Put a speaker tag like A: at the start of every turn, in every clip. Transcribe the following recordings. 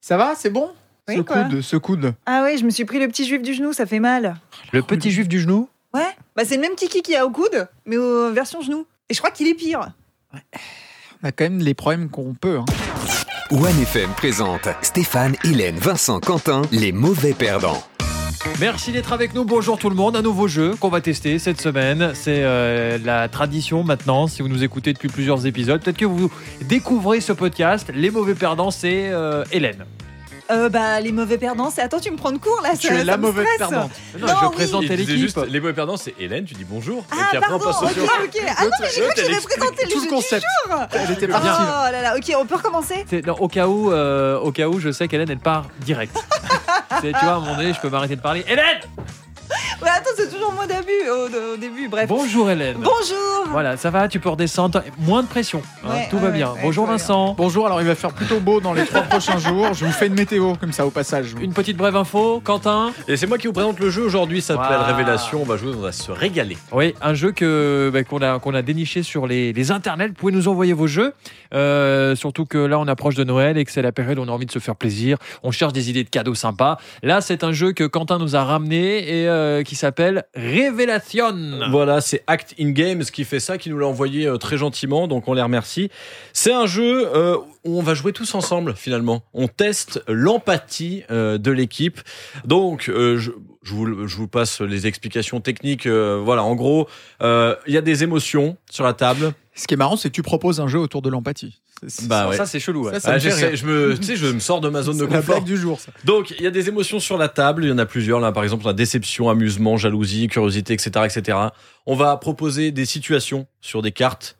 A: Ça va, c'est bon
B: Oui,
A: Ce
B: quoi.
A: coude, ce coude.
B: Ah ouais, je me suis pris le petit juif du genou, ça fait mal.
C: Le petit juif du genou
B: Ouais, bah c'est le même kiki qu'il y a au coude, mais en version genou. Et je crois qu'il est pire.
A: On a quand même les problèmes qu'on peut. hein.
D: OneFM présente Stéphane, Hélène, Vincent, Quentin, les mauvais perdants.
C: Merci d'être avec nous. Bonjour tout le monde. Un nouveau jeu qu'on va tester cette semaine. C'est euh, la tradition maintenant. Si vous nous écoutez depuis plusieurs épisodes, peut-être que vous découvrez ce podcast. Les mauvais perdants, c'est euh, Hélène.
B: Euh, bah les mauvais perdants, c'est attends, tu me prends de court là,
A: Tu
B: ça-
A: es
B: ça
A: la
B: me
A: mauvaise
B: stresse.
A: perdante.
C: Non,
B: Non,
C: je
B: oui.
C: présentais
E: Il disait
C: l'équipe.
E: juste, les mauvais perdants, c'est Hélène, tu dis bonjour. et
B: Ah
E: puis après,
B: pardon,
E: on passe au
B: ok,
E: suivant.
B: ok. Ah non, mais j'ai cru
E: L'autre,
B: que
E: elle
B: j'avais
E: explique
B: présenté le
A: Tout le
B: jeu
A: concept.
B: du jour.
A: Elle était
B: Oh
A: partie. là.
B: là là, ok, on peut recommencer
C: C'est- non, au cas où, euh, au cas où, je sais qu'Hélène elle part direct. C'est- tu vois, à un moment donné, je peux m'arrêter de parler. Hélène.
B: Ouais, attends, c'est toujours moins d'abus au, au début, bref.
C: Bonjour Hélène.
B: Bonjour Ah,
C: Voilà, ça va, tu peux redescendre. Moins de pression. hein,
B: Ouais,
C: tout va
B: ouais,
C: bien.
B: ouais,
C: Bonjour
B: tout va bien.
C: Vincent.
A: Bonjour, alors il va faire plutôt beau dans les trois prochains jours. Je vous fais une météo comme ça au passage.
C: Une petite brève info, Quentin.
E: Et c'est moi qui vous présente le jeu aujourd'hui, ça s'appelle
C: Waouh.
E: Révélation. On va jouer, on va se régaler.
C: Oui, un jeu que bah, qu'on a qu'on a déniché sur les, les internets. Vous pouvez nous envoyer vos jeux. Euh, surtout que là, on approche de Noël et que c'est la période où on a envie de se faire plaisir. On cherche des idées de cadeaux sympas. Là, c'est un jeu que Quentin nous a ramené et euh, qui s'appelle Révélation.
E: Voilà, c'est Act in Games qui fait ça, qui nous l'a envoyé euh, très gentiment, donc on les remercie. C'est un jeu euh, où on va jouer tous ensemble finalement. On teste l'empathie euh, de l'équipe. Donc, euh, je, je vous, le- je vous passe les explications techniques. euh, voilà, en gros, euh, il y a des émotions sur la table.
A: Ce qui est marrant, c'est que tu proposes un jeu autour de l'empathie. C'est- c'est-
E: Bah
C: Ça,
E: ouais.
C: Ça, c'est chelou. ouais.
A: Ça, ça
E: Ah,
A: me fait
E: j'essaie-
A: rire.
E: je me, tu sais, je me sors de ma zone de
A: c'est la
E: confort.
A: blague du jour. Ça.
E: Donc, il y a des émotions sur la table. Il y en a plusieurs. Là, par exemple, la déception, amusement, jalousie, curiosité, etc., etc. On va proposer des situations sur des cartes.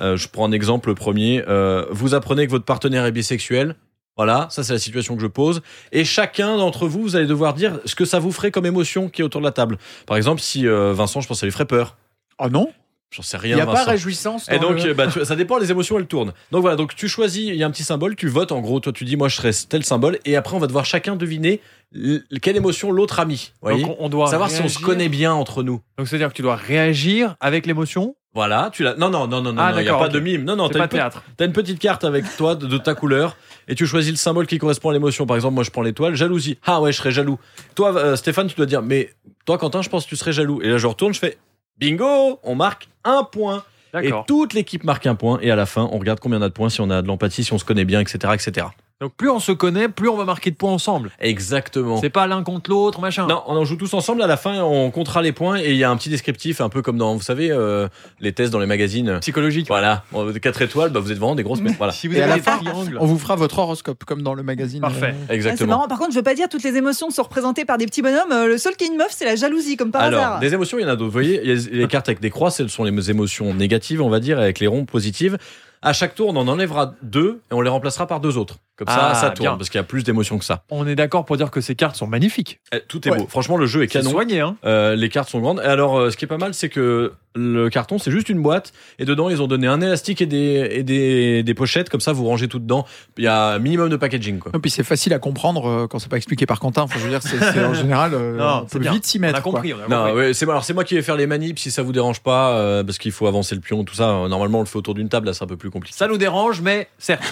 E: Euh, je prends un exemple le premier. Euh, vous apprenez que votre partenaire est bisexuel. Voilà, ça c'est la situation que je pose. Et chacun d'entre vous, vous allez devoir dire ce que ça vous ferait comme émotion qui est autour de la table. Par exemple, si euh, Vincent, je pense, que ça lui ferait peur.
A: Oh non,
E: J'en sais
A: il
E: rien.
A: n'y a pas
E: Vincent.
A: réjouissance.
E: Et
A: dans
E: donc,
A: le-
E: euh, bah, tu- ça dépend, les émotions, elles tournent. Donc voilà, donc tu choisis, il y a un petit symbole, tu votes, en gros, toi tu dis, moi je serais tel symbole, et après on va devoir chacun deviner l- quelle émotion l'autre a mis.
C: Donc,
E: Voyez
C: on- on doit
E: Savoir si on
C: réagir.
E: se connaît bien entre nous.
C: Donc, c'est à dire que tu dois réagir avec l'émotion.
E: Voilà, tu l'as. Non, non, non, non, non,
C: Ah,
E: il n'y a
C: d'accord,
E: pas
C: ok.
E: de mime. Non, non,
C: C'est
E: t'as
C: pas
E: une, pe-
C: théâtre.
E: t'as une petite carte avec toi de, de ta couleur, et tu choisis le symbole qui correspond à l'émotion. Par exemple, moi je prends l'étoile, jalousie. Ah ouais, je serais jaloux. Toi, euh, Stéphane, tu dois dire, mais toi, Quentin, je pense que tu serais jaloux. Et là, je retourne, je fais, bingo, on marque un point. Et
C: D'accord.
E: toute l'équipe marque un point, et à la fin, on regarde combien on a de points, si on a de l'empathie, si on se connaît bien, etc. etc.
C: Donc, plus on se connaît, plus on va marquer de points ensemble.
E: Exactement.
C: C'est pas l'un contre l'autre, machin.
E: Non, on en joue tous ensemble, à la fin, on comptera les points, et il y a un petit descriptif, un peu comme dans, vous savez, euh, les tests dans les magazines.
C: Psychologique.
E: Voilà, 4 étoiles, bah, vous êtes vraiment des grosses merdes. Voilà,
C: Si vous
A: Et à
C: avez
A: la
C: des
A: fin,
C: triangles.
A: on vous fera votre horoscope comme dans le magazine.
C: Parfait.
A: euh,
B: Ah, C'est
E: exactement.
B: marrant, par contre, je veux pas dire toutes les émotions sont représentées par des petits bonhommes. Euh, Le seul qui est une meuf, c'est la jalousie, comme par
E: Alors,
B: hasard.
E: des émotions, il y en a d'autres. Vous voyez, il y a les cartes avec des croix, ce sont les émotions négatives, on va dire, avec les ronds positives. À chaque tour, on en enlèvera deux et on les remplacera par deux autres. Comme
C: Ah,
E: ça, ça tourne,
C: bien.
E: parce qu'il y a plus d'émotions que ça.
C: On est d'accord pour dire que ces cartes sont magnifiques.
E: Eh, Tout est
A: Ouais.
E: beau. Franchement, le jeu est
C: C'est
E: canon.
C: soigné, hein.
E: Euh, les cartes sont grandes. Et alors, euh, ce qui est pas mal, c'est que le carton, c'est juste une boîte. Et dedans, ils ont donné un élastique et des, et des, des pochettes. Comme ça, vous rangez tout dedans. Il y a un minimum de packaging, quoi.
A: Non, puis c'est facile à comprendre euh, quand c'est pas expliqué par Quentin. Enfin, je veux dire, c'est c'est en général, euh,
C: Non,
A: on
C: c'est
A: peut
C: bien.
A: vite s'y
C: On
A: mettre.
C: a
A: quoi.
C: compris, on a
E: Non,
C: compris.
E: ouais, c'est alors c'est moi qui vais faire les manips si ça vous dérange pas euh, parce qu'il faut avancer le pion tout ça Euh, normalement on le fait autour d'une table là c'est un peu plus compliqué.
C: Ça nous dérange, mais certes.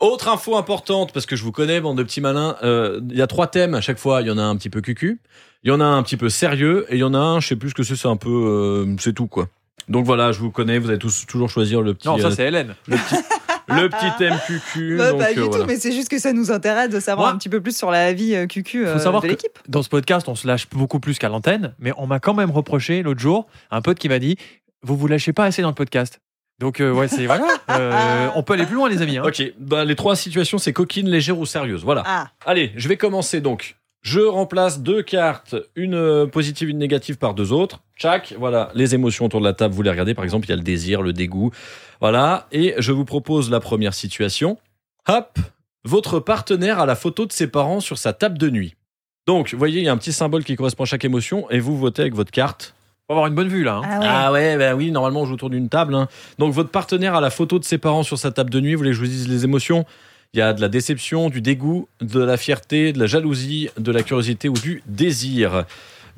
E: Autre info importante parce que je vous connais bande de petits malins, euh, il y a trois thèmes à chaque fois, il y en a un petit peu cucu, il y en a un petit peu sérieux et il y en a un je sais plus ce que c'est, c'est un peu euh, c'est tout quoi. Donc voilà, je vous connais, vous allez tous toujours choisir le petit
C: Non,
E: euh,
C: ça c'est Hélène.
E: Le petit thème QQ.
B: Ah, Bah,
E: donc,
B: pas
E: euh,
B: du
E: voilà.
B: tout, mais c'est juste que ça nous intéresse de savoir
C: Moi-
B: un petit peu plus sur la vie euh, cucu euh,
C: Faut savoir
B: de
C: que-
B: l'équipe.
C: Dans ce podcast, on se lâche beaucoup plus qu'à l'antenne, mais on m'a quand même reproché l'autre jour un pote qui m'a dit Vous vous lâchez pas assez dans le podcast. Donc, euh, ouais, c'est voilà. Euh, on peut aller plus loin, les amis. hein.
E: Ok, bah, les trois situations, c'est coquine, légère ou sérieuse. Voilà.
B: Ah,
E: Allez, je vais commencer donc. Je remplace deux cartes, une euh, positive, une négative par deux autres. Tchac, voilà, les émotions autour de la table, vous les regardez. Par exemple, il y a le désir, le dégoût. Voilà, et je vous propose la première situation. Hop, votre partenaire a la photo de ses parents sur sa table de nuit. Donc, vous voyez, il y a un petit symbole qui correspond à chaque émotion, et vous votez avec votre carte.
C: On va avoir une bonne vue là. hein.
B: ah ouais.
E: Ah ouais, bah oui, normalement on joue autour d'une table. hein. Donc votre partenaire a la photo de ses parents sur sa table de nuit, vous voulez que je vous dise les émotions Il y a de la déception, du dégoût, de la fierté, de la jalousie, de la curiosité ou du désir.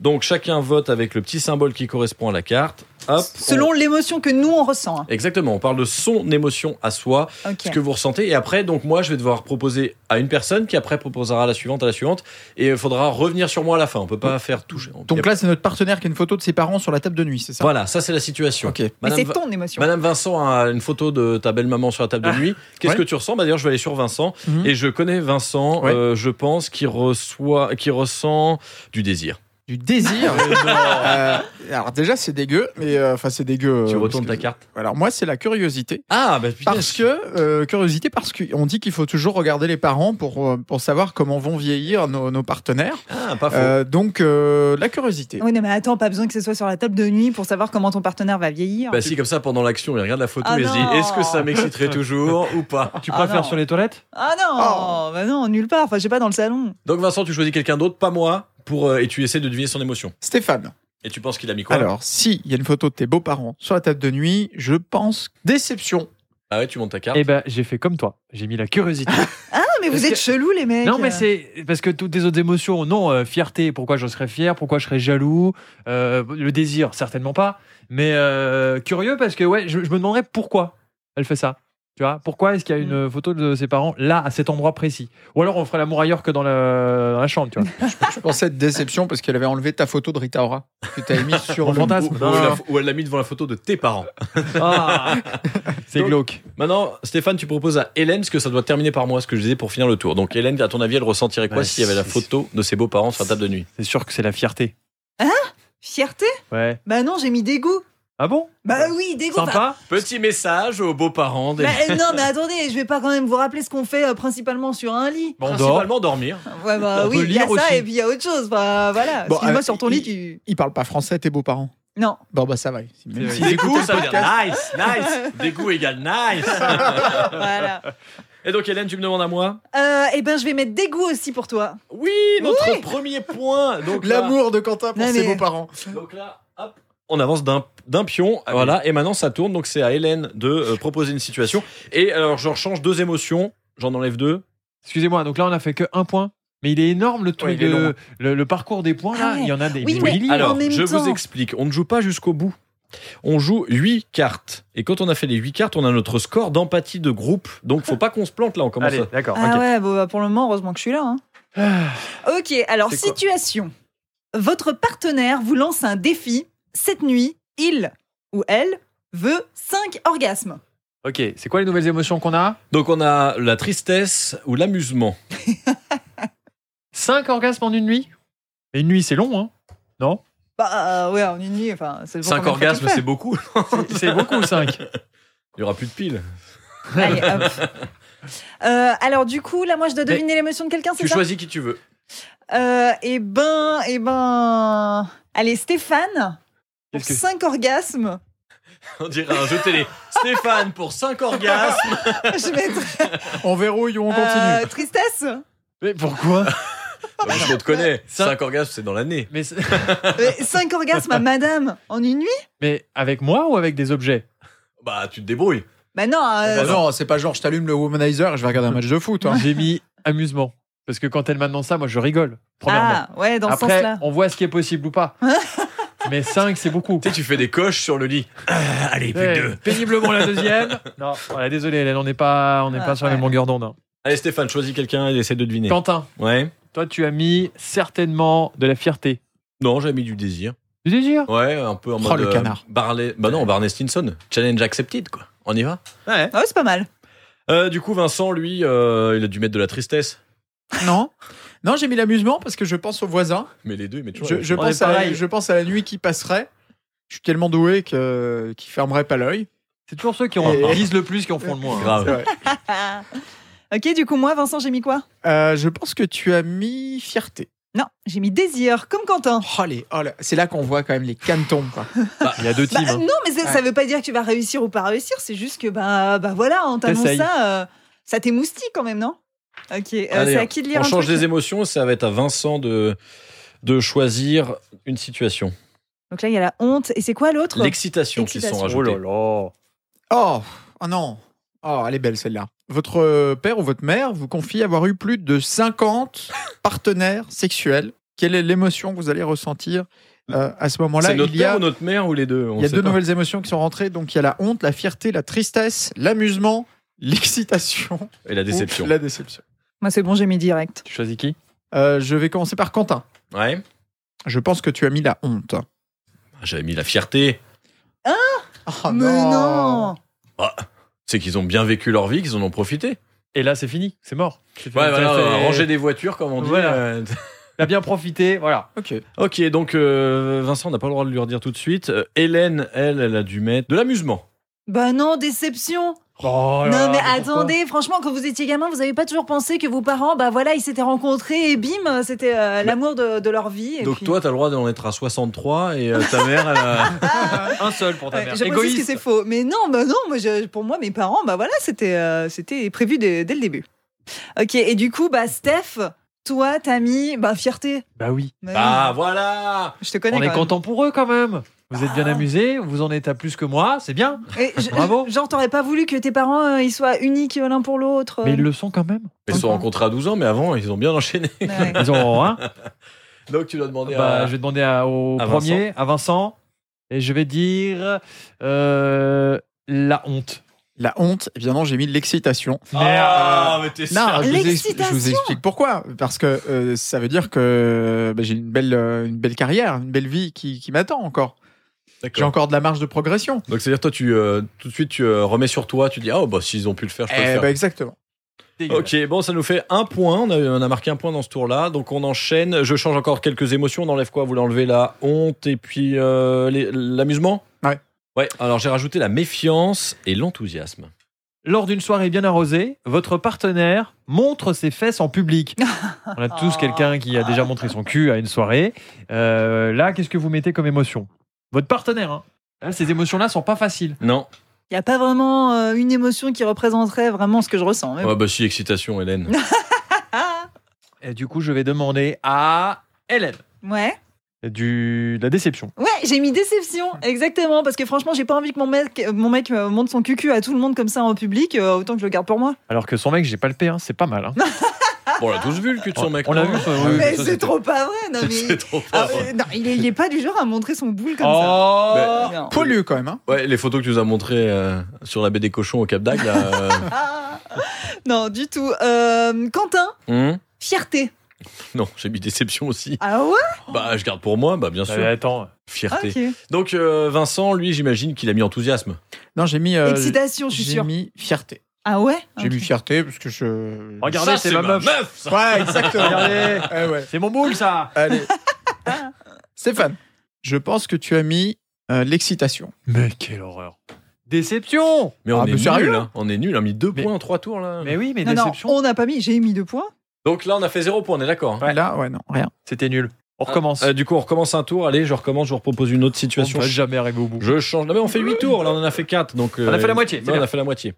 E: Donc chacun vote avec le petit symbole qui correspond à la carte. Hop,
B: Selon
E: on-
B: l'émotion que nous, on ressent. hein.
E: Exactement, on parle de son émotion à soi,
B: Ok.
E: ce que vous ressentez. Et après, donc moi, je vais devoir proposer à une personne qui après proposera à la suivante, à la suivante. Et il faudra revenir sur moi à la fin. On peut pas faire toucher.
A: Donc là, c'est notre partenaire qui a une photo de ses parents sur la table de nuit, c'est ça
E: voilà, ça c'est la situation.
A: Ok.
B: Mais c'est
E: Va-
B: ton émotion.
E: Madame Vincent a une photo de ta belle-maman sur la table de nuit. Qu'est-ce
A: Ah. Ouais.
E: que tu ressens bah, D'ailleurs, je vais aller sur Vincent.
A: Mhm.
E: Et je connais Vincent,
A: Ouais.
E: euh, je pense, qui, reçoit, qui ressent du désir.
A: Du désir. Euh, alors déjà, c'est dégueu, mais euh, enfin c'est dégueu.
E: tu
A: euh,
E: retournes ta
A: parce que-
E: carte.
A: Alors moi, c'est la curiosité.
E: Ah, bah putain.
A: Parce que, euh, curiosité, parce qu'on dit qu'il faut toujours regarder les parents pour, euh, pour savoir comment vont vieillir nos, nos partenaires.
E: Ah, pas faux.
A: Euh, donc, euh, la curiosité.
B: Oui, non, mais attends, pas besoin que ce soit sur la table de nuit pour savoir comment ton partenaire va vieillir.
E: Bah si, comme ça, pendant l'action, il regarde la photo
B: Ah
E: et se
B: non.
E: dit est-ce que ça m'exciterait toujours ou pas
C: Tu
B: Ah
C: préfères
B: non.
C: sur les toilettes
B: Ah non,
A: Oh.
B: bah non, nulle part. Enfin, je sais pas, dans le salon.
E: Donc Vincent, tu choisis quelqu'un d'autre, pas moi, pour, euh, et tu essaies de deviner son émotion.
A: Stéphane,
E: Et tu penses qu'il a mis quoi
A: alors, s'il y a une photo de tes beaux-parents sur la table de nuit, je pense déception.
E: Ah ouais, tu montes ta carte.
C: Eh ben, j'ai fait comme toi. J'ai mis la curiosité.
B: Ah, mais
C: Parce
B: vous êtes
C: que-
B: chelous, les mecs.
C: non, mais c'est parce que toutes les autres émotions, non, euh, fierté, pourquoi je serais fier, pourquoi je serais jaloux, euh, le désir, certainement pas, mais euh, curieux parce que ouais, je, je me demanderais pourquoi elle fait ça. Tu vois, pourquoi est-ce qu'il y a une photo de ses parents là, à cet endroit précis Ou alors on ferait l'amour ailleurs que dans la, dans la chambre, tu vois.
A: Je pensais être déception parce qu'elle avait enlevé ta photo de Rita Ora que t'avais mise sur
C: Mon
A: le
C: fantasme.
E: Ou, ou
A: Non,
E: elle l'a-
A: non.
E: ou elle l'a mis devant la photo de tes parents.
C: Ah, c'est
E: Donc-
C: glauque.
E: Maintenant, Stéphane, tu proposes à Hélène, parce que ça doit terminer par moi, ce que je disais pour finir le tour. Donc Hélène, à ton avis, elle ressentirait quoi
C: Ouais,
E: s'il y avait la
C: c'est-
E: photo de ses beaux-parents sur la table de nuit
C: C'est sûr que c'est la fierté.
B: Fierté
C: Ouais.
B: Bah non, j'ai mis dégoût.
C: Ah bon
B: Bah oui, dégoût. Enfin,
C: Sympa
E: Petit message aux beaux-parents, des...
B: bah, euh, non, mais attendez, je vais pas quand même vous rappeler ce qu'on fait euh, principalement sur un lit.
C: Bon, on dort.
E: principalement dormir.
B: Ouais, bah
C: On
B: oui,
C: peut
B: il y a
C: lire
B: ça
C: aussi.
B: et puis il y a autre chose. Bah voilà.
A: Bon,
B: Excuse-moi,
A: euh,
B: sur ton
A: il-
B: lit, tu.
A: Ils parlent pas français, tes beaux-parents
B: Non.
A: Bon, bah ça va. Même
C: vrai.
A: s'ils écoutent le
E: ça veut
A: podcast.
E: dire nice, nice. Dégoût égale nice.
B: voilà.
E: Et donc Hélène, tu me demandes à moi
B: Euh, eh ben, je vais mettre dégoût aussi pour toi.
E: Oui, notre premier point. Donc là-
A: L'amour de Quentin pour
B: Non,
A: ses
B: mais-
A: beaux-parents.
E: Donc là, hop, Ah on avance d'un d'un pion, voilà, et maintenant ça tourne, donc c'est à Hélène de euh, proposer une situation. Et alors, je rechange deux émotions, j'en enlève deux.
C: Excusez-moi, donc là on a fait que un point, mais il est énorme le truc,
A: Ouais, il est
C: de-
A: long.
C: le, le parcours des points là,
B: Ah ouais.
C: il y en a des
B: Oui,
C: des
B: mais-
C: milliers.
E: Alors,
B: en même
E: je vous
B: temps.
E: explique, on ne joue pas jusqu'au bout. On joue huit cartes, et quand on a fait les huit cartes, on a notre score d'empathie de groupe, donc faut pas qu'on se plante là, on commence
C: Allez, d'accord.
B: Ah
C: ok.
B: ouais, bon, bah, pour le moment, heureusement que je suis là. hein. ok, alors
C: C'est quoi
B: situation. Votre partenaire vous lance un défi. Cette nuit, il ou elle veut 5 orgasmes.
C: Ok, c'est quoi les nouvelles émotions qu'on a
E: à- Donc on a la tristesse ou l'amusement.
C: 5 orgasmes en une nuit Mais une nuit c'est long, hein Non
B: Bah euh, ouais, en une nuit, enfin, c'est
E: Cinq orgasmes, c'est beaucoup.
C: C'est- C'est beaucoup 5.
E: Il y aura plus de piles.
B: bon. Allez, hop. Euh, alors du coup, là, moi, je dois
E: Mais
B: deviner l'émotion de quelqu'un, c'est
E: Tu
B: ça
E: choisis qui tu veux.
B: Euh, Eh ben, eh ben... Allez, Stéphane, pour
C: Qu'est-ce que-
B: 5 orgasmes,
E: On dirait un jeu télé. Stéphane pour cinq orgasmes.
B: je vais être...
A: On verrouille ou on continue
B: euh, tristesse
C: Mais pourquoi
E: Bah, Je te connais.
C: Cinq-
E: Cinq orgasmes, c'est dans l'année.
C: mais, c'est-
B: 5 orgasmes à madame en une nuit
C: mais avec moi ou avec des objets
E: Bah, tu te débrouilles.
B: Bah non, euh,
A: Bah non, c'est pas genre je t'allume le womanizer et je vais regarder un match de foot. hein.
C: J'ai mis amusement. Parce que quand elle m'annonce ça, moi je rigole. Premièrement.
B: Ah, ouais, dans ce
C: Après,
B: sens-là.
C: on voit ce qui est possible ou pas. mais 5 c'est beaucoup.
E: Tu sais, tu fais des coches sur le lit. Ah, allez, plus que
C: Ouais,
E: deux.
C: Péniblement la deuxième. Non, oh, voilà, désolé, Hélène, on n'est pas, on n'est
B: Ah,
C: pas sur la
B: ouais.
C: même longueur d'onde. hein.
E: Allez, Stéphane, choisis quelqu'un et essaie de deviner.
C: Quentin,
E: Ouais.
C: toi, tu as mis certainement de la fierté.
E: Non, j'avais mis du désir.
C: Du désir
E: Ouais, un peu en
A: Oh,
E: mode.
A: le
E: euh,
A: canard.
E: Barley... Bah non, Barney Stinson. Challenge accepted, quoi. On y va
B: Ah ouais, c'est pas mal.
E: Euh, Du coup, Vincent, lui, euh, il a dû mettre de la tristesse.
A: Non, non, j'ai mis l'amusement parce que je pense aux voisins.
E: Mais les deux, il met toujours.
A: Je,
E: la-
A: je
C: On
A: pense
C: est
A: à la,
C: pareil.
A: je pense à la nuit qui passerait. Je suis tellement doué que qui fermerait pas l'œil.
C: C'est toujours ceux qui ont,
A: Et-
C: lisent le plus qui en font le moins. hein.
A: Ah
E: Grave.
B: ok, du coup, moi, Vincent, j'ai mis quoi
A: Euh, je pense que tu as mis fierté.
B: Non, j'ai mis désir, comme Quentin.
A: Oh, les- oh là- c'est là qu'on voit quand même les canetons. quoi.
C: Il y a deux
B: Bah,
C: teams. hein.
B: non, mais ça, ça veut pas dire que tu vas réussir ou pas réussir, c'est juste que, bah, bah voilà, on t'annonce
C: T'essayes.
B: ça, euh, ça t'émoustille quand même, non Ok, euh,
E: Allez,
B: c'est à qui de lire
E: On
B: un
E: change
B: truc
E: les émotions. Ça va être à Vincent de, de choisir une situation.
B: Donc là, il y a la honte, et c'est quoi l'autre
E: L'excitation qui sont
C: Oh,
B: Excitation.
E: rajoutées.
A: Oh, oh non. Oh, elle est belle celle-là. Votre euh, père ou votre mère vous confie avoir eu plus de 50 partenaires sexuels Quelle est l'émotion que vous allez ressentir euh, à ce moment-là
E: C'est notre
A: Il y
E: père
A: a,
E: ou notre mère ou les deux on
A: il y a
E: sait
A: deux
E: pas.
A: nouvelles émotions qui sont rentrées. Donc il y a la honte, la fierté, la tristesse, l'amusement, l'excitation,
E: Et la déception.
A: ou la déception.
B: Moi, c'est bon, j'ai mis direct.
C: Tu choisis qui
A: Euh, je vais commencer par Quentin.
E: Ouais. Ah,
A: Je pense que tu as mis la honte.
E: J'avais mis la fierté.
A: Ah
B: Mais non
E: C'est qu'ils ont bien vécu leur vie, qu'ils en ont profité.
C: Et là, c'est fini, c'est mort. Tu fais-
E: Ouais,
C: t'as
E: voilà,
C: fait-
E: euh, ranger des voitures, comme on dit.
C: Voilà.
E: euh,
C: T'as bien profité, voilà.
A: Ok.
E: ok, donc euh, Vincent, on n'a pas le droit de lui redire tout de suite. Euh, Hélène, elle, elle a dû mettre de l'amusement.
B: Bah non, déception
C: Oh
B: Non
C: là là,
B: mais
C: pourquoi
B: attendez, franchement, quand vous étiez gamin, vous avez pas toujours pensé que vos parents, bah voilà, ils s'étaient rencontrés et bim, c'était euh, l'amour de, de leur vie. Et
E: donc
B: puis-
E: toi, t'as le droit d'en être à 63 et euh, ta mère, elle a-
C: Un seul pour ta
B: Ouais,
C: mère.
B: je précise que
C: Égoïste.
B: c'est faux. Mais non, bah non, moi, je- pour moi, mes parents, bah voilà, c'était euh, c'était prévu dès, dès le début. Ok, et du coup, bah Steph, toi, t'as mis bah, fierté.
C: Bah oui.
B: Bah oui,
E: Ah, voilà
B: je te connais.
C: On est
B: quand même.
C: content pour eux quand même. Vous êtes bien
B: Ah.
C: amusés, vous en êtes à plus que moi, c'est bien.
B: Et je-
C: Bravo.
B: Genre, t'aurais pas voulu que tes parents euh, ils soient uniques euh, l'un pour l'autre. euh.
C: Mais ils le sont quand même.
E: Ils se sont
B: Encore.
E: rencontrés à 12 ans, mais avant, ils ont bien enchaîné.
B: Ouais.
C: Ils ont hein.
E: Donc tu dois demander
C: Bah,
E: à...
C: je vais demander à- au
E: à
C: premier, à Vincent, et je vais dire euh, la honte.
A: La honte, évidemment, j'ai mis l'excitation.
E: Ah, mais t'es
A: Non, euh,
E: sérieux
A: je vous, ex-
B: L'excitation.
A: je vous explique pourquoi. Parce que euh, ça veut dire que bah, j'ai une belle, euh, une belle carrière, une belle vie qui, qui m'attend encore. J'ai
E: D'accord.
A: encore de la marge de progression.
E: Donc c'est-à-dire, toi, tu, euh, tout de suite, tu euh, remets sur toi, tu dis, ah, bah, s'ils ont pu le faire, je peux le
A: Eh
E: faire.
A: ben, exactement.
C: Dégueulasse.
E: Ok, bon, ça nous fait un point. On a, on a marqué un point dans ce tour-là. Donc, on enchaîne. Je change encore quelques émotions. On enlève quoi Vous l'enlevez la honte et puis euh, les- l'amusement
A: Ouais.
E: Ouais, alors j'ai rajouté la méfiance et l'enthousiasme.
C: Lors d'une soirée bien arrosée, votre partenaire montre ses fesses en public. On a tous
B: Oh.
C: quelqu'un qui a déjà montré son cul à une soirée. Euh, là, qu'est-ce que vous mettez comme émotion Votre partenaire. hein. Là, ces émotions-là sont pas faciles.
E: Non
B: Il n'y a pas vraiment euh, une émotion qui représenterait vraiment ce que je ressens.
C: Ah
B: mais
E: Ouais, bah si, excitation, Hélène.
B: Ah,
C: Et du coup, je vais demander à Hélène
B: ouais.
C: du de la déception.
B: Ouais, j'ai mis déception, exactement, parce que franchement, j'ai pas envie que mon mec, mon mec euh, monte son cucu à tout le monde comme ça en public, euh, autant que je le garde pour moi.
C: Alors que son mec, j'ai pas le P, hein, c'est pas mal. hein.
E: bon, on l'a tous vu le cul de son mec.
C: On l'a
E: non
C: vu. ça, oui,
B: mais
C: ça,
B: c'est
C: c'était-
B: trop pas vrai, non mais.
E: C'est trop
B: Ah,
E: fort.
B: euh, non, il est, il est pas du genre à montrer son boule comme
C: Oh
B: ça. Non.
A: Poilu quand même. hein.
E: Ouais, les photos que tu nous as montrées euh, sur la baie des cochons au Cap d'Agde, là, euh,
B: Ah. non, du tout. Euh, Quentin,
E: hmm
B: fierté.
E: Non, j'ai mis déception aussi.
B: Ah ouais
E: Bah, je garde pour moi, bah bien
C: Ah,
E: sûr.
C: mais attends.
E: Fierté.
B: Ok.
E: Donc, euh, Vincent, lui, j'imagine qu'il a mis enthousiasme.
A: Non, j'ai mis. euh,
B: Excitation, je suis
A: j'ai
B: sûre.
A: mis fierté.
B: Ah ouais
A: J'ai
B: Ok.
A: mis fierté parce que je.
C: Regardez,
E: Ça,
C: c'est ma meuf.
E: ça.
A: Ouais, exactement.
C: Regardez.
A: Eh ouais.
C: C'est mon boule, ça.
A: Allez. Stéphane, je pense que tu as mis euh, l'excitation.
C: Mais quelle horreur. Déception.
E: Mais on
A: Ah,
E: est
A: mais
E: nul,
A: sérieux
E: hein. on est nul, on a mis deux
C: Mais-
E: points en trois tours là.
C: Mais oui, mais
B: Non, non,
C: déception.
B: on n'a pas mis, j'ai mis deux points.
E: Donc là, on a fait zéro point, on est d'accord. hein.
C: Ouais.
A: Là, ouais, non, rien.
C: C'était nul. On recommence.
E: Euh, du coup, on recommence un tour. Allez, je recommence, je vous repropose une autre situation.
C: on va jamais arriver au bout.
E: Je change. Non, mais on fait huit tours, là, on en a fait quatre. Donc, euh,
C: On a fait la moitié,
E: ouais,
C: c'est
E: on
C: bien.
E: a fait la moitié.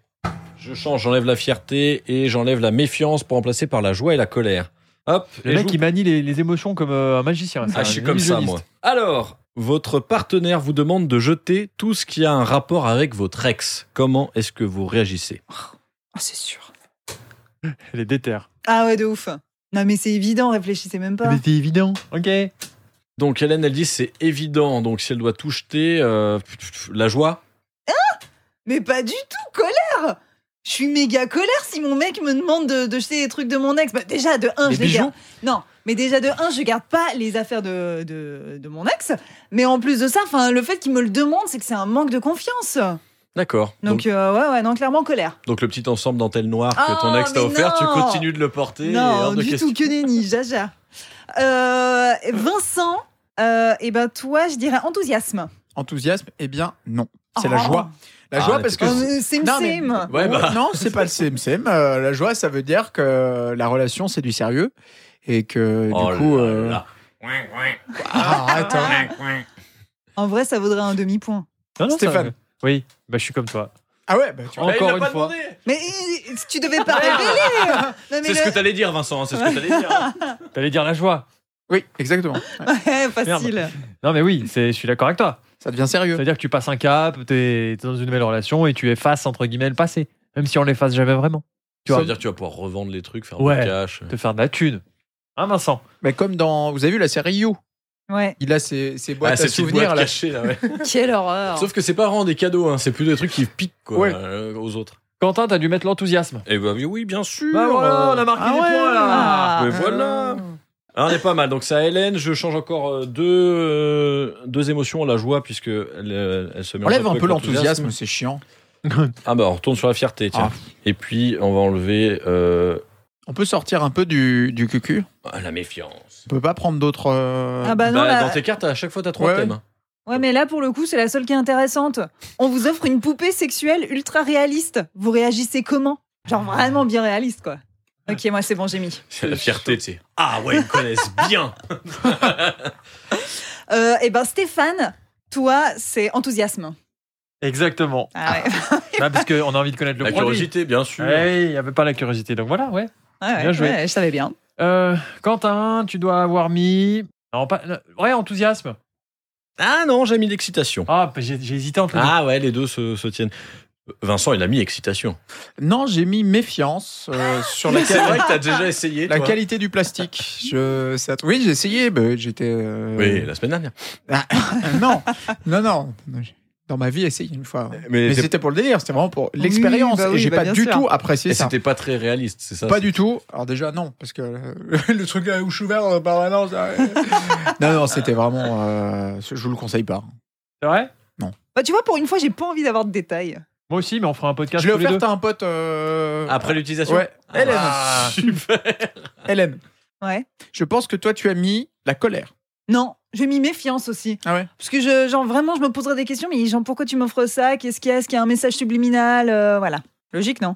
E: Je change, j'enlève la fierté et j'enlève la méfiance pour remplacer par la joie et la colère. Hop,
C: Le
E: et
C: mec,
E: je vous-
C: il manie les, les émotions comme euh, un magicien. c'est
E: Ah,
C: un
E: je suis comme ça,
C: illusionniste.
E: moi. Alors, votre partenaire vous demande de jeter tout ce qui a un rapport avec votre ex. Comment est-ce que vous réagissez
B: Ah, c'est sûr.
C: Les déterre.
B: Ah ouais, de ouf. Non, mais c'est évident, réfléchissez même pas.
C: c'est évident. Ok.
E: Donc Hélène, elle dit c'est évident. Donc si elle doit tout jeter, euh, la joie.
B: Mais pas du tout, colère Je suis méga colère si mon mec me demande de, de jeter des trucs de mon ex. Bah, déjà, de un,
A: Les
B: je les
A: bijoux
B: garde. Non, mais déjà, de un, je garde pas les affaires de, de, de mon ex. Mais en plus de ça, 'fin, le fait qu'il me le demande, c'est que c'est un manque de confiance.
E: D'accord.
B: Donc,
E: Donc,
B: euh, ouais, ouais, non, clairement, colère.
E: donc le petit ensemble dentelle noire
B: Ah,
E: que ton ex t'a
B: mais
E: offert, tu
B: non
E: continues de le porter. et
B: non,
E: hors de
B: du
E: question.
B: tout, que nenni, jaja. Euh, Vincent, euh, eh ben toi, je dirais enthousiasme.
A: Enthousiasme, eh bien, non. C'est la
B: Oh.
A: joie. La
E: Ah,
A: joie
E: mais
A: parce que.
E: t'es-
B: Euh, Sim
A: Non, mais-
B: sim.
E: Ouais, bah.
A: Non, c'est pas le CMCM. Euh, la joie, ça veut dire que la relation, c'est du sérieux. Et que
E: Oh
A: du coup.
E: là
A: euh,
E: là.
A: ah, arrête, hein.
B: En vrai, ça vaudrait un demi-point.
A: Stéphane.
C: Oui, bah, je suis comme toi.
A: Ah ouais, bah, tu vois.
E: Bah, il
C: Encore
E: l'a
C: une
E: pas
C: fois.
E: demandé.
B: Mais euh, tu devais pas révéler Non, mais
E: C'est ce
B: le-
E: que t'allais dire, Vincent. hein, C'est ce que t'allais dire.
C: T'allais dire la joie.
A: Oui, exactement.
B: Ouais, facile.
C: Non, mais oui, c'est- je suis d'accord avec toi.
A: Ça devient sérieux.
C: C'est-à-dire que tu passes un cap, t'es t'es dans une nouvelle relation et tu effaces, entre guillemets, le passé. Même si on l'efface jamais vraiment. Tu
E: Ça
C: vois,
E: veut dire que tu vas pouvoir revendre les trucs, faire
C: Ouais.
E: du cash.
C: te faire de la thune. Hein, Vincent
A: Mais comme dans. Vous avez vu la série You
B: Ouais.
A: Il a ses, ses
E: Ah,
A: boîtes
E: ces
A: à
E: petites
A: souvenirs.
E: boîtes
A: là.
E: cachées, là, ouais.
B: Quelle horreur.
E: Sauf que c'est pas vraiment des cadeaux, hein, c'est plus des trucs qui piquent quoi,
A: Ouais.
E: euh, aux autres.
C: Quentin, t'as dû mettre l'enthousiasme.
E: Et bah oui, oui, bien sûr.
C: Bah voilà,
E: euh,
C: on a marqué
A: ah ouais.
C: des points
B: ah.
C: là.
E: Mais voilà. Ah, on est pas mal. Donc c'est à Hélène. Je change encore euh, deux, euh, deux émotions. La joie puisque elle, euh, elle se met. en
A: Enlève
E: jeu
A: un
E: avec
A: peu l'enthousiasme, c'est chiant.
E: Ah bah on retourne sur la fierté. Tiens. Et puis on va enlever euh,
A: On peut sortir un peu du, du cucu.
E: ah, la méfiance.
A: On peut pas prendre d'autres. euh,
B: Ah bah non,
E: Bah,
B: là-
E: Dans tes cartes, à chaque fois t'as trois
A: Ouais.
E: thèmes. hein.
B: Ouais, mais là, pour le coup, c'est la seule qui est intéressante. On vous offre une poupée sexuelle ultra réaliste. Vous réagissez comment Genre vraiment bien réaliste, quoi. Ok, moi, c'est bon, j'ai mis.
E: C'est la fierté, tu sais. Ah ouais, ils me connaissent bien.
B: Euh, eh ben, Stéphane, toi, c'est enthousiasme.
C: Exactement.
B: Ah ouais.
C: Bah, parce qu'on a envie de connaître le
E: La
C: produit.
E: curiosité, bien sûr.
C: Ouais, il n'y avait pas la curiosité. Donc voilà, ouais.
B: Ouais, ouais,
C: Bien joué.
B: ouais, je savais bien.
C: Euh, Quentin, tu dois avoir mis. Non, pas... non, Ouais, enthousiasme.
E: Ah non, j'ai mis l'excitation.
C: Ah, bah, j'ai j'ai hésité entre les
E: Ah ouais, les deux se, se tiennent. Vincent, il a mis excitation.
A: Non, j'ai mis méfiance euh,
B: Ah.
A: sur la,
E: C'est vrai que t'as déjà essayé.
A: Ah. la
E: toi.
A: qualité du plastique. Je, ça- oui, j'ai essayé. mais J'étais. euh,
E: Oui, la semaine dernière.
A: Euh, non, non, non. Dans ma vie, essayé une fois.
E: Mais,
A: Mais
E: c'est-
A: c'était pour le délire, c'était vraiment pour l'expérience.
B: bah oui,
A: et j'ai
B: bah
A: pas
B: bien
A: du
B: sûr.
A: tout apprécié
E: et
A: ça.
E: c'était pas très réaliste, c'est ça
A: Pas
E: c'est-
A: du tout. Alors déjà, non, parce que euh, le truc là où je suis ouvert en permanence. là, euh. non, non, c'était vraiment... euh, je vous le conseille pas.
C: C'est vrai
B: Bah, tu vois, pour une fois, j'ai pas envie d'avoir de détails.
C: Moi aussi, mais on fera un podcast
A: Je l'ai
C: tous les deux.
A: offert à un pote... euh,
E: Après l'utilisation
A: Ouais. Hélène.
E: Ah, super.
A: Hélène,
B: Ouais.
A: je pense que toi, tu as mis la colère.
B: Non, j'ai mis méfiance aussi.
A: Ah ouais
B: Parce que, je, genre, vraiment, je me poserais des questions, mais genre, pourquoi tu m'offres ça Qu'est-ce qu'il y a Est-ce qu'il y a un message subliminal Euh, Voilà. Logique, non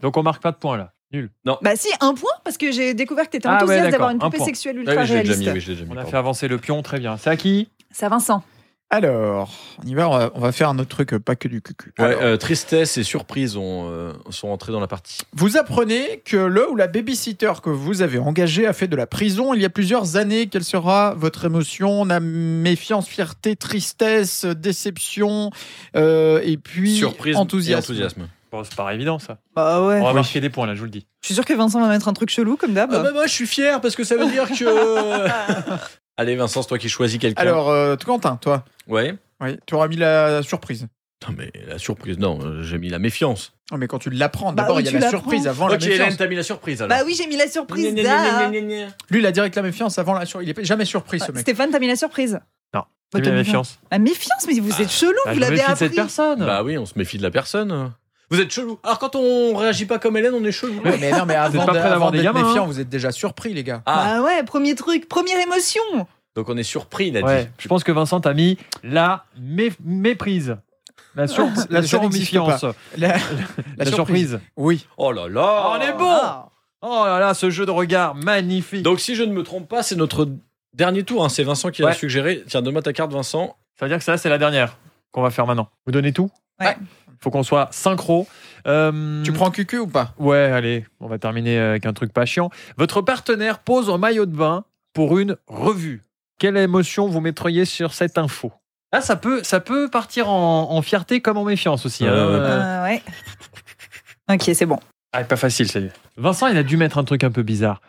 C: Donc on marque pas de points là. Nul.
B: Bah si, un point, parce que j'ai découvert que t'étais
C: Ah ouais,
B: enthousiaste
C: d'accord,
B: d'avoir une
C: un
B: poupée
C: point.
B: sexuelle
E: Ah
B: ultra
E: oui, je l'ai déjà
B: réaliste.
E: mis, oui, je l'ai déjà mis,
C: On a
E: pardon.
C: fait avancer le pion, très bien. C'est à qui
B: C'est à Vincent.
A: Alors, on y va, on va, on va faire un autre truc, euh, pas que du cucu.
E: Ouais,
A: Alors,
E: euh, tristesse et surprise ont, euh, sont entrés dans la partie.
A: Vous apprenez que le ou la babysitter que vous avez engagé a fait de la prison il y a plusieurs années. Quelle sera votre émotion On a méfiance, fierté, tristesse, déception, euh, et puis
E: Surprise
A: enthousiasme.
E: et enthousiasme.
C: Bon, c'est pas évident ça.
B: Bah ouais.
C: On va
E: Oh.
A: Oui.
C: marquer des points là, je vous le dis.
B: Je suis sûr que Vincent va mettre un truc chelou comme d'hab.
E: Ah bah, moi, je suis fier parce que ça veut dire que. Allez, Vincent, c'est toi qui choisis quelqu'un.
A: Alors, euh, Quentin, toi,
E: Ouais.
A: oui, tu auras mis la surprise.
E: Putain, mais la surprise, non, euh, j'ai mis la méfiance.
A: Non, mais quand tu l'apprends,
B: Bah
A: d'abord,
B: oui,
A: il y
B: tu
A: a la
B: l'apprends.
A: surprise avant
E: ok,
A: la méfiance.
E: Hélène, t'as mis la surprise alors.
B: bah oui, j'ai mis la surprise.
E: Gna, gna, gna,
B: là.
E: gna, gna, gna.
A: Lui, il a direct la méfiance avant la surprise. Il est jamais surpris, ce
B: Ouais,
A: mec.
B: Stéphane, t'as mis la surprise.
C: Non,
B: Bah,
C: J'ai mis
B: t'as
C: la
B: mis-
C: méfiance.
B: La méfiance, mais vous êtes chelou,
C: Ah,
B: vous
C: je me
B: l'avez
C: méfie de
B: appris.
C: cette personne.
E: Bah oui, on se méfie de la personne. Vous êtes chelou. Alors, quand on réagit pas comme Hélène, on est chelou.
A: Ouais, mais non, mais
C: Vous êtes
A: avant
C: pas
A: de-
C: prêt d'avoir
A: avant
C: des
A: d'être
C: gamins,
A: méfiant,
C: hein.
A: vous êtes déjà surpris, les gars.
E: Ah,
B: Bah ouais, premier truc, première émotion.
E: donc on est surpris, il a
C: Ouais,
E: dit.
C: je pense que Vincent t'a mis la mé- méprise. La, sur la
A: Ça n'existe pas.
C: surméfiance.
A: La, la
C: La, surprise.
A: Oui.
E: Oh là là
C: Oh, on est bon
B: Ah.
C: Oh là là, ce jeu de regard magnifique.
E: Donc si je ne me trompe pas, c'est notre dernier tour. hein. C'est Vincent qui l'a
C: Ouais.
E: suggéré. Tiens, donne-moi ta carte, Vincent.
C: Ça veut dire que ça, c'est la dernière qu'on va faire maintenant. Vous donnez tout Ah,
B: Ouais.
C: Faut qu'on soit synchro. Euh,
A: Tu prends cucu ou pas
C: Ouais, allez, on va terminer avec un truc pas chiant. Votre partenaire pose en maillot de bain pour une revue. Quelle émotion vous mettriez sur cette info Là, Ah, ça peut, ça peut partir en, en fierté comme en méfiance aussi. hein.
E: Euh,
B: Euh, ouais. Ok, c'est bon.
C: Ah, pas facile, ça y est. Vincent, il a dû mettre un truc un peu bizarre.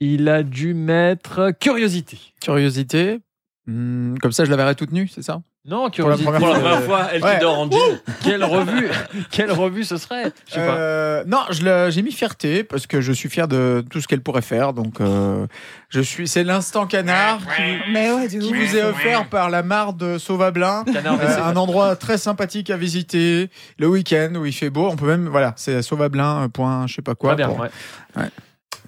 C: Il a dû mettre euh, curiosité.
A: Curiosité. Hmm, comme ça, je la verrai toute nue, c'est ça
C: Non,
A: la
C: curiosité. euh,
A: première
E: Pour la
A: fois.
E: première fois, elle
A: Ouais.
E: qui dort en jean.
C: quelle revue, quelle revue ce serait Je sais pas.
A: Euh, Non, je l'ai- j'ai mis fierté parce que je suis fier de tout ce qu'elle pourrait faire. Donc, euh, je suis. C'est l'instant canard qui,
B: Mais ouais, du
A: qui
B: coup.
A: vous est offert par la mare de Sauvablin.
C: Canard
A: Euh,
C: WC.
A: un endroit très sympathique à visiter le week-end où il fait beau. On peut même voilà, c'est Sauvablin. euh, Point, je sais pas quoi.
C: Très bien,
A: pour-
C: ouais.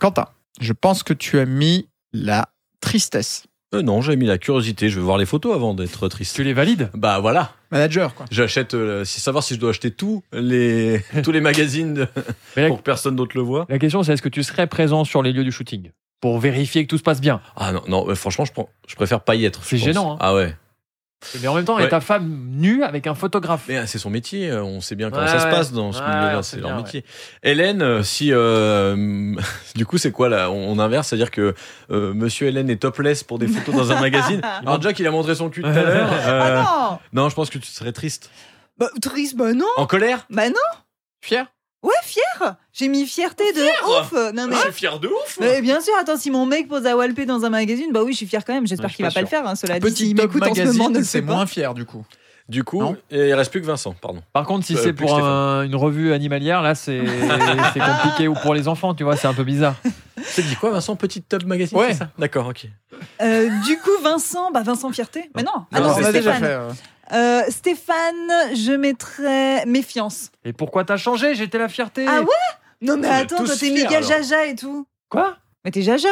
A: Quentin, je pense que tu as mis la tristesse.
E: Euh, non, j'ai mis la curiosité. Je veux voir les photos avant d'être triste.
C: Tu les valides
E: Bah voilà,
A: Manager, quoi.
E: j'achète. euh, si savoir si je dois acheter tous les tous les magazines de-
C: Mais la-
E: pour que personne d'autre le voit.
C: La question, c'est est-ce que tu serais présent sur les lieux du shooting pour vérifier que tout se passe bien
E: Ah non, non. euh, franchement, je prends. Je préfère pas y être. je
C: C'est
E: pense.
C: gênant, hein.
E: Ah ouais.
C: Mais en même temps, elle
E: Ouais.
C: est ta femme nue avec un photographe.
E: Mais euh, c'est son métier. euh, On sait bien comment
C: Ouais,
E: ça se
C: ouais.
E: passe dans ce
C: Ouais,
E: milieu-là.
C: on
E: C'est
C: sait
E: leur
C: bien,
E: métier. Hélène, euh, si euh, du coup, c'est quoi là On on inverse, c'est-à-dire que euh, Monsieur Hélène est topless pour des photos dans un magazine. Alors Jack, il a montré son cul tout à l'heure. Euh,
B: Ah non
E: non, je pense que tu serais triste.
B: Bah, Triste, bah non
E: En colère
B: Bah non
A: Fier
B: Ouais, fier J'ai mis fierté de ouf Non mais.
E: Je suis fier de ouf
B: Mais bien sûr, attends, si mon mec pose à Walpé dans un magazine, bah oui, je suis fier quand même. J'espère
C: Ouais, je suis
B: qu'il va
C: pas
B: pas le faire, hein, cela dit.
A: Petit
B: S'il
A: top
B: m'écoute en ce moment, ne
A: magazine,
B: le
A: c'est
B: fais pas.
A: moins fier du coup.
E: Du coup,
A: Non.
E: il reste plus que Vincent, pardon.
C: Par contre, si
E: Euh,
C: c'est
E: plus
C: pour
E: que
C: un- une revue animalière, là, c'est c'est compliqué. Ou pour les enfants, tu vois, c'est un peu bizarre.
E: C'est dit quoi, Vincent Petite Tub Magazine
A: Ouais.
E: c'est ça D'accord, ok.
B: Euh, du coup, Vincent, bah Vincent Fierté. Mais non, ah
E: Non,
B: non,
E: on
A: on
B: c'est
A: a déjà
B: Stéphane.
A: fait. euh.
B: Euh, Stéphane, je mettrais méfiance.
C: Et pourquoi t'as changé J'étais la fierté.
B: Ah ouais Non mais
E: On est
B: attends,
E: tous
B: toi t'es
E: fiers,
B: Miguel
E: alors.
B: Jaja et tout.
C: Quoi
B: Mais t'es Jaja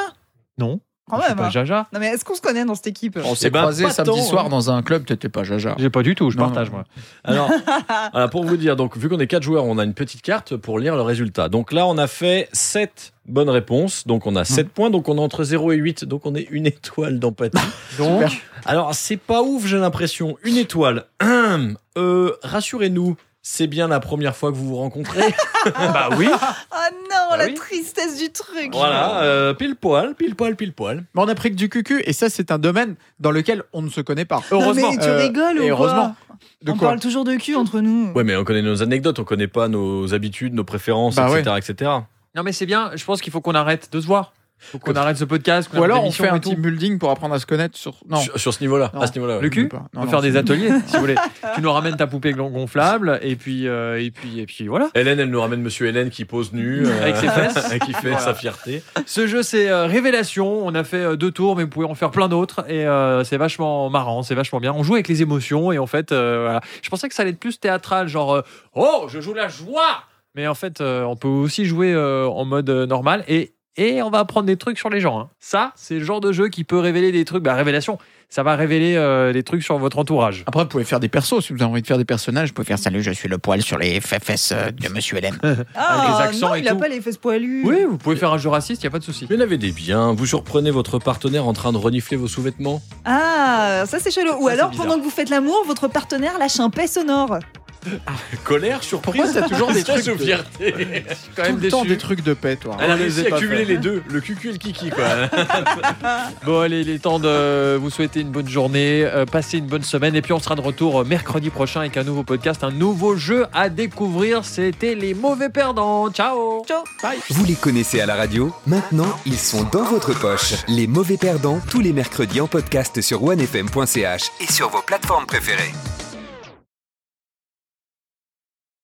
C: Non.
B: quand
C: je suis
B: même.
C: pas
B: hein.
C: Jaja.
B: Non mais est-ce qu'on se connaît dans cette équipe
A: On s'est
E: Eh ben,
A: croisés
E: pas
A: samedi
E: tant,
A: soir
E: hein.
A: dans un club, t'étais pas Jaja.
C: J'ai pas du tout, je
A: Non,
C: partage
A: non.
C: moi.
E: Alors, voilà, pour vous dire, donc, vu qu'on est quatre joueurs, on a une petite carte pour lire le résultat. Donc là, on a fait 7 bonnes réponses, donc on a 7
A: Mmh.
E: points, donc on est entre 0 et 8, donc on est une étoile d'empathie.
C: Donc,
E: Alors, c'est pas ouf, j'ai l'impression. Une étoile. Hum, euh, Rassurez-nous, c'est bien la première fois que vous vous rencontrez.
C: bah oui.
B: Oh non,
C: Bah
B: la
C: oui.
B: tristesse du truc.
E: voilà, euh, pile poil, pile poil, pile poil.
A: Mais on a pris que du cucu, et ça, c'est un domaine dans lequel on ne se connaît pas. Heureusement.
B: Non, mais tu
A: Euh,
B: rigoles ou
A: et
B: quoi
A: heureusement. De
B: On
A: quoi
B: parle toujours de cul entre nous.
E: Ouais, mais on connaît nos anecdotes, on connaît pas nos habitudes, nos préférences,
A: Bah
E: etc., etc.
C: Non, mais c'est bien. Je pense qu'il faut qu'on arrête de se voir. Faut qu'on arrête ce podcast. qu'on
A: Ou
C: arrête
A: alors on
C: l'émission
A: fait un
C: et tout.
A: team building pour apprendre à se connaître sur. Non.
E: Sur, sur ce niveau-là,
A: Non.
E: à ce niveau-là. ouais.
C: Le cul
A: pas. Non,
C: On peut
A: non,
C: faire des
A: c'est-
C: ateliers, si vous voulez. Tu nous ramènes ta poupée gon- gonflable, et puis, euh, et puis, et puis voilà.
E: Hélène, elle nous ramène Monsieur Hélène qui pose nu.
C: Avec ses fesses.
E: et qui fait
C: Voilà.
E: sa fierté.
C: Ce jeu, c'est euh, Révélation. On a fait euh, deux tours, mais vous pouvez en faire plein d'autres. Et euh, c'est vachement marrant, c'est vachement bien. On joue avec les émotions, et en fait, euh, voilà. Je pensais que ça allait être plus théâtral, genre, euh, oh, je joue la joie Mais en fait, euh, on peut aussi jouer euh, en mode euh, normal, et, et on va apprendre des trucs sur les gens. hein. Ça, c'est le genre de jeu qui peut révéler des trucs. Bah, Révélation, ça va révéler euh, des trucs sur votre entourage.
A: Après, vous pouvez faire des persos. Si vous avez envie de faire des personnages, vous pouvez faire Salut, je suis le poil sur les fesses euh, de monsieur Hélène.
B: Ah,
C: avec les accents
B: non,
C: et
B: il a
C: tout.
B: pas les fesses poilues.
C: Oui, vous pouvez faire un jeu raciste, il n'y a pas de souci.
E: Mais l'avez des biens. Vous surprenez votre partenaire en train de renifler vos sous-vêtements.
B: Ah, ça c'est chelou. Ou
C: Ça, c'est
B: alors
C: bizarre.
B: pendant que vous faites l'amour, votre partenaire lâche un paix sonore.
E: Colère, surprise.
A: t'as toujours des
E: stress
A: trucs
E: ou
A: de-
E: fierté
C: Quand
A: Tout le temps des trucs de paix, toi.
E: Elle a
C: Ah, On les
E: réussi
C: a pas
E: à cumuler
C: fait.
E: les deux, le cucu et le kiki, quoi.
C: Bon, allez, il est temps de vous souhaiter une bonne journée, euh, passer une bonne semaine, et puis on sera de retour euh, mercredi prochain avec un nouveau podcast, un nouveau jeu à découvrir. C'était les mauvais perdants. Ciao
B: Ciao.
D: Vous les connaissez à la radio Maintenant, ils sont dans votre poche. Les mauvais perdants, tous les mercredis en podcast sur onefm.ch et sur vos plateformes préférées.